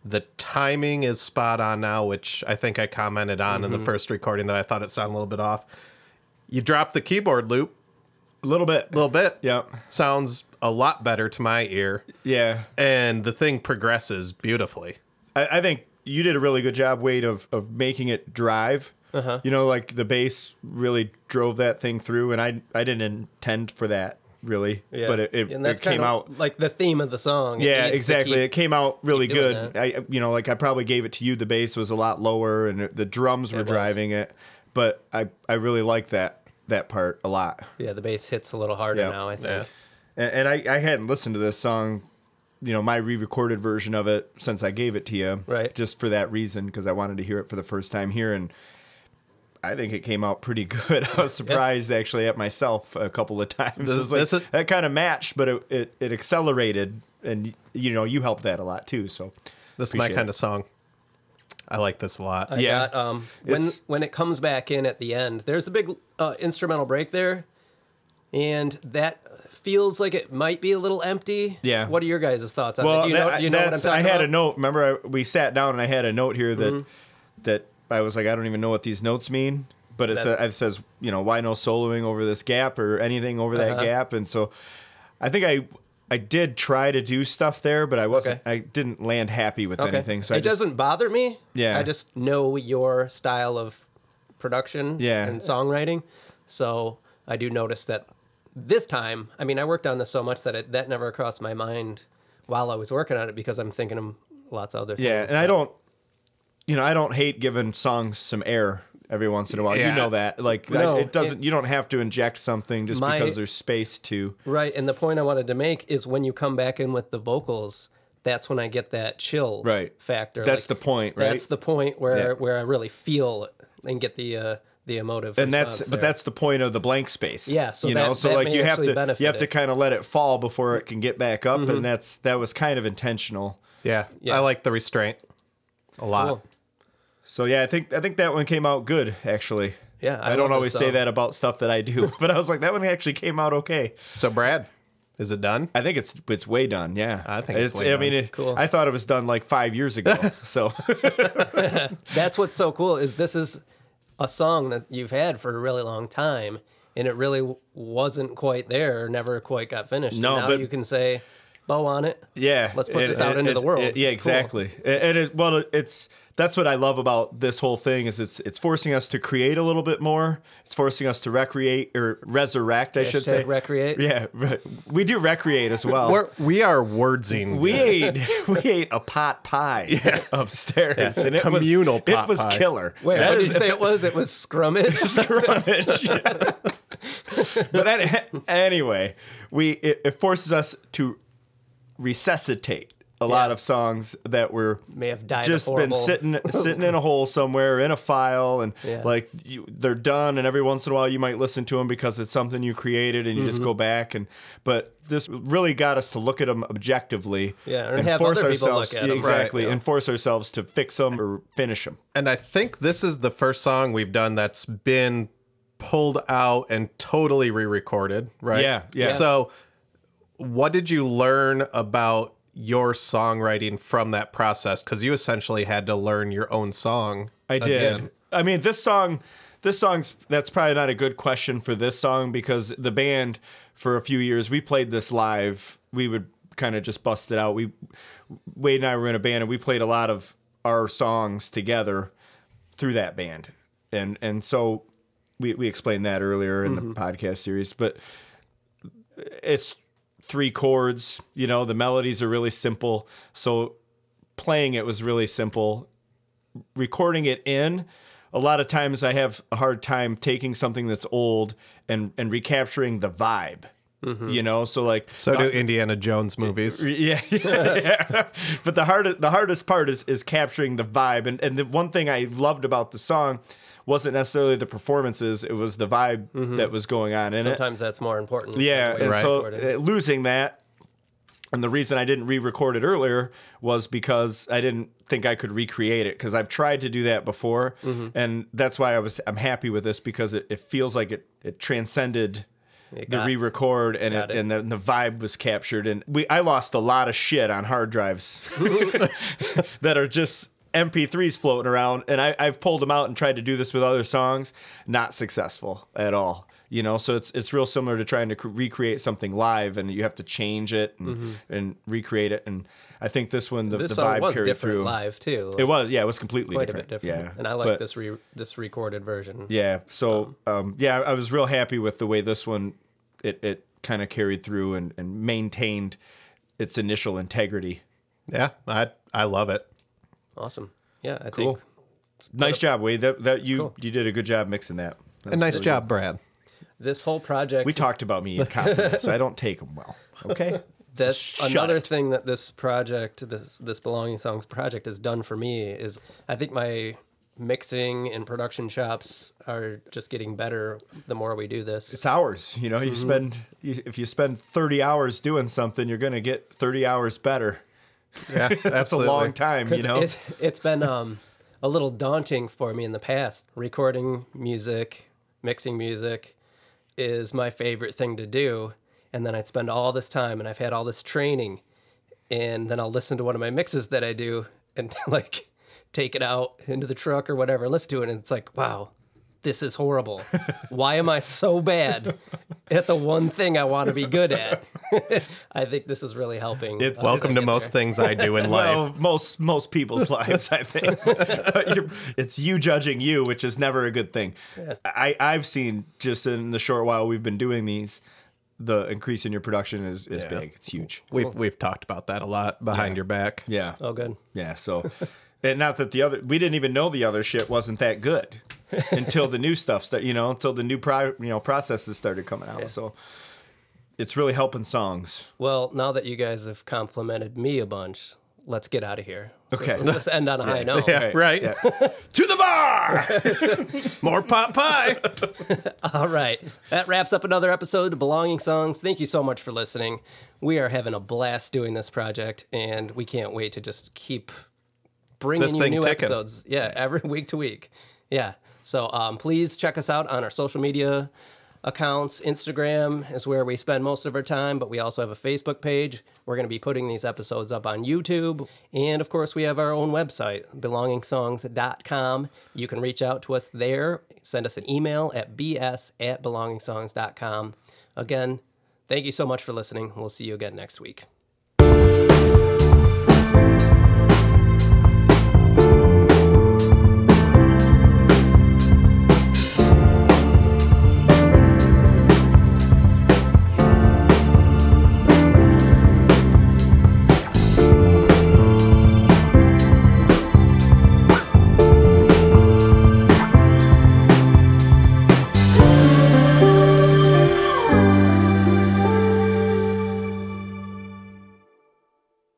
Speaker 3: The timing is spot on now, which I think I commented on in the first recording that I thought it sounded a little bit off. You drop the keyboard loop
Speaker 2: A little bit.
Speaker 3: a little bit.
Speaker 2: Yeah.
Speaker 3: Sounds a lot better to my ear.
Speaker 2: Yeah.
Speaker 3: And the thing progresses beautifully.
Speaker 2: I, I think you did a really good job, Wade, of of making it drive.
Speaker 1: Uh-huh.
Speaker 2: You know, like the bass really drove that thing through, and I I didn't intend for that really, but it it,
Speaker 1: and that's
Speaker 2: it came
Speaker 1: kinda
Speaker 2: out.
Speaker 1: like the theme of the song. It
Speaker 2: Yeah,
Speaker 1: needs to
Speaker 2: exactly.
Speaker 1: keep-
Speaker 2: it came out really
Speaker 1: doing
Speaker 2: good. I you know, like I probably gave it to you. The bass was a lot lower, and the drums were
Speaker 1: was.
Speaker 2: driving it, but I I really like that that part a lot.
Speaker 1: yeah, the bass hits a little harder
Speaker 2: Yeah.
Speaker 1: now. I think.
Speaker 3: Yeah.
Speaker 2: And, and I, I hadn't listened to this song, you know, my re recorded version of it since I gave it to you.
Speaker 1: Right.
Speaker 2: Just for that reason, because I wanted to hear it for the first time here. And I think it came out pretty good. I was surprised actually at myself a couple of times.
Speaker 3: This-
Speaker 2: It's like,
Speaker 3: this is-
Speaker 2: that kind of matched, but it, it, it accelerated. And, you know, you helped that a lot too. So
Speaker 3: This is my
Speaker 2: Appreciate
Speaker 3: kind
Speaker 2: it.
Speaker 3: of song. I like this a lot.
Speaker 1: I
Speaker 2: Yeah.
Speaker 1: got, um, when
Speaker 2: It's-
Speaker 1: when it comes back in at the end, there's a big uh, instrumental break there, and that feels like it might be a little empty.
Speaker 2: Yeah.
Speaker 1: What are your guys' thoughts on it? Do you
Speaker 2: that-
Speaker 1: know, do you know what I'm
Speaker 2: that's-
Speaker 1: talking
Speaker 2: I had
Speaker 1: about?
Speaker 2: a note. Remember, I, we sat down and I had a note here that
Speaker 1: Mm-hmm.
Speaker 2: that I was like, I don't even know what these notes mean. But it, sa-
Speaker 1: That's-
Speaker 2: it says, you know, why no soloing over this gap or anything over that
Speaker 1: Uh-huh.
Speaker 2: gap? And so, I think I I did try to do stuff there, but I wasn't.
Speaker 1: Okay.
Speaker 2: I didn't land happy with
Speaker 1: Okay.
Speaker 2: anything. So
Speaker 1: it
Speaker 2: I just,
Speaker 1: doesn't bother me.
Speaker 2: Yeah.
Speaker 1: I just know your style of production
Speaker 2: Yeah.
Speaker 1: and songwriting, so I do notice that this time. I mean, I worked on this so much that it, that never crossed my mind while I was working on it because I'm thinking of lots of other
Speaker 2: Yeah,
Speaker 1: things.
Speaker 2: and I don't. You know, I don't hate giving songs some air. every once in a while. You
Speaker 3: Yeah.
Speaker 2: know that. Like
Speaker 1: No,
Speaker 2: that- it doesn't
Speaker 1: it-
Speaker 2: you don't have to inject something just
Speaker 1: My-
Speaker 2: because there's space to.
Speaker 1: Right, and the point I wanted to make is when you come back in with the vocals, that's when I get that chill
Speaker 2: Right.
Speaker 1: factor.
Speaker 2: That's the point, right?
Speaker 1: That's the point where
Speaker 2: Yeah.
Speaker 1: where I really feel it and get the uh, the emotive.
Speaker 2: and that's
Speaker 1: response
Speaker 2: but
Speaker 1: there.
Speaker 2: that's the point of the blank space.
Speaker 1: Yeah, so
Speaker 2: you
Speaker 1: that-
Speaker 2: know, so
Speaker 1: that
Speaker 2: like
Speaker 1: may
Speaker 2: you have
Speaker 1: actually
Speaker 2: to
Speaker 1: benefit
Speaker 2: you have to
Speaker 1: it. Mm-hmm.
Speaker 2: kind of let it fall before it can get back up, and that's that was kind of intentional.
Speaker 3: Yeah,
Speaker 1: Yeah.
Speaker 3: I like the restraint a lot.
Speaker 1: Cool.
Speaker 2: So yeah, I think I think that one came out good actually.
Speaker 1: Yeah, I
Speaker 2: I,
Speaker 1: love
Speaker 2: don't
Speaker 1: this
Speaker 2: always say
Speaker 1: song.
Speaker 2: that about stuff that I do, but I was like that one actually came out okay.
Speaker 3: So Brad, is it done?
Speaker 2: I think it's it's way done. Yeah,
Speaker 3: I think it's way
Speaker 2: I
Speaker 3: done.
Speaker 2: mean, it,
Speaker 1: Cool.
Speaker 2: I thought it was done like five years ago. So
Speaker 1: That's what's so cool is this is a song that you've had for a really long time, and it really w- wasn't quite there, never quite got finished.
Speaker 2: No,
Speaker 1: and now
Speaker 2: but-
Speaker 1: you can say bow on it.
Speaker 2: yeah,
Speaker 1: let's put
Speaker 2: it-
Speaker 1: this out
Speaker 2: it-
Speaker 1: into the
Speaker 2: it-
Speaker 1: world.
Speaker 2: it- yeah,
Speaker 1: It's cool.
Speaker 2: exactly. It, it is well, it- it's that's what I love about this whole thing is it's it's forcing us to create a little bit more. It's forcing us to recreate or resurrect, I should
Speaker 1: Hashtag
Speaker 2: say.
Speaker 1: recreate.
Speaker 2: Yeah, re- we do recreate as well.
Speaker 3: We're, we are wordsing.
Speaker 2: we ate we ate a pot pie upstairs
Speaker 3: Yeah.
Speaker 2: and it
Speaker 3: Communal
Speaker 2: was,
Speaker 3: pot
Speaker 2: it was
Speaker 3: pie.
Speaker 2: killer.
Speaker 1: Wait,
Speaker 2: That
Speaker 1: what did
Speaker 2: is-
Speaker 1: you say it was? It was scrummage.
Speaker 2: scrummage. but an- anyway, we it, it forces us to resuscitate a lot
Speaker 1: Yeah.
Speaker 2: of songs that were
Speaker 1: May have died. a
Speaker 2: just been
Speaker 1: horrible-
Speaker 2: sitting sitting in a hole somewhere in a file and
Speaker 1: Yeah.
Speaker 2: like you, they're done and every once in a while you might listen to them because it's something you created and you
Speaker 1: Mm-hmm.
Speaker 2: just go back and but this really got us to look at them objectively
Speaker 1: Yeah, and have other people look
Speaker 2: ourselves
Speaker 1: at 'em, right,
Speaker 2: exactly
Speaker 1: yeah.
Speaker 2: and force ourselves to fix them or finish them
Speaker 3: and I think this is the first song we've done that's been pulled out and totally re-recorded, right?
Speaker 2: Yeah, yeah.
Speaker 3: So, what did you learn about your songwriting from that process? Because you essentially had to learn your own song.
Speaker 2: I did.
Speaker 3: again.
Speaker 2: I mean, this song, this song's that's probably not a good question for this song because the band for a few years we played this live. We would kind of just bust it out. We Wade and I were in a band and we played a lot of our songs together through that band, and and so we we explained that earlier in the podcast series, but it's three chords. You know, the melodies are really simple, so playing it was really simple recording it in a lot of times i have a hard time taking something that's old and and recapturing the vibe you know so like
Speaker 3: So do Indiana Jones movies.
Speaker 2: yeah, yeah, yeah. but the hardest the hardest part is is capturing the vibe and and the one thing i loved about the song wasn't necessarily the performances it was the vibe that was going on in it
Speaker 1: Sometimes that's more important.
Speaker 2: yeah,
Speaker 1: than the way
Speaker 2: and
Speaker 1: it's
Speaker 2: so
Speaker 1: recorded.
Speaker 2: uh, losing that, and the reason I didn't re-record it earlier was because I didn't think I could recreate it because I've tried to do that before,
Speaker 1: Mm-hmm.
Speaker 2: and that's why I was I'm happy with this because it, it feels like it it transcended the
Speaker 1: got-
Speaker 2: re-record and it,
Speaker 1: got it.
Speaker 2: and the, the vibe was captured and we I lost a lot of shit on hard drives that are just. MP3s floating around, and I, I've pulled them out and tried to do this with other songs. Not successful at all, you know. So it's it's real similar to trying to cr- recreate something live, and you have to change it and, and recreate it. And I think this one, the,
Speaker 1: Mm-hmm. this
Speaker 2: the
Speaker 1: song
Speaker 2: vibe
Speaker 1: was
Speaker 2: carried
Speaker 1: different
Speaker 2: through.
Speaker 1: live too.
Speaker 2: It was, yeah, it was completely
Speaker 1: quite
Speaker 2: different.
Speaker 1: a bit different.
Speaker 2: Yeah,
Speaker 1: and I like
Speaker 2: But-
Speaker 1: this re- this recorded version.
Speaker 2: Yeah, so um, yeah, I was real happy with the way this one it it kind of carried through and, and maintained its initial integrity.
Speaker 3: Yeah, I I love it.
Speaker 1: Awesome. Yeah, I
Speaker 2: Cool.
Speaker 1: think
Speaker 2: Nice job, Wade. That that you
Speaker 1: Cool.
Speaker 2: you did a good job mixing that.
Speaker 3: And
Speaker 2: That's
Speaker 3: nice
Speaker 2: really
Speaker 3: job, Brad.
Speaker 1: this whole project.
Speaker 2: We
Speaker 1: is-
Speaker 2: talked about me in compliments. I don't take them well. Okay.
Speaker 1: That's
Speaker 2: shut
Speaker 1: another
Speaker 2: it.
Speaker 1: thing that this project, this this belonging songs project, has done for me is I think my mixing and production chops are just getting better the more we do this.
Speaker 2: It's hours. You know, you spend you, if you spend thirty hours doing something, you're gonna get thirty hours better.
Speaker 3: Yeah,
Speaker 2: That's a
Speaker 3: absolutely.
Speaker 2: long time. You know.
Speaker 1: it's, it's been um, a little daunting for me in the past. Recording music, mixing music is my favorite thing to do. And then I'd spend all this time and I've had all this training. And then I'll listen to one of my mixes that I do and like take it out into the truck or whatever and listen to it. And it's like, wow, this is horrible. Why am I so bad at the one thing I want to be good at? I think this is really helping.
Speaker 2: It's-
Speaker 3: Welcome to most things I do in life.
Speaker 2: Well, most most people's lives, I think. But you're- it's you judging you, which is never a good thing. I I've seen just in the short while we've been doing these, the increase in your production is is big. It's huge.
Speaker 3: we've we've talked about that a lot behind your back.
Speaker 2: Yeah.
Speaker 1: Oh, good.
Speaker 2: Yeah. So, and not that the other we didn't even know the other shit wasn't that good. until the new stuff start, you know, until the new pro, you know processes started coming out. So it's really helping songs.
Speaker 1: Well, now that you guys have complimented me a bunch, let's get out of here. So
Speaker 2: Okay.
Speaker 1: Let's just end on a high note.
Speaker 3: Yeah, right.
Speaker 2: yeah. to the bar.
Speaker 3: More pot pie.
Speaker 1: All right. That wraps up another episode of Belonging Songs. Thank you so much for listening. We are having a blast doing this project, and we can't wait to just keep bringing
Speaker 3: This
Speaker 1: you
Speaker 3: thing
Speaker 1: new
Speaker 3: ticking.
Speaker 1: episodes. Yeah, every week to week. Yeah. So um, please check us out on our social media accounts. Instagram is where we spend most of our time, but we also have a Facebook page. We're going to be putting these episodes up on YouTube. And of course, we have our own website, belongingsongs.com. You can reach out to us there. Send us an email at bs at belongingsongs.com. Again, thank you so much for listening. We'll see you again next week.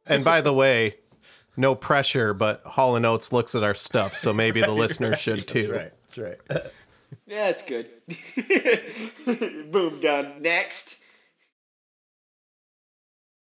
Speaker 3: And by the way, no pressure, but Hall and Oates looks at our stuff, so maybe the listener should too.
Speaker 2: That's right. That's right.
Speaker 6: Yeah, that's good. Boom, done. Next.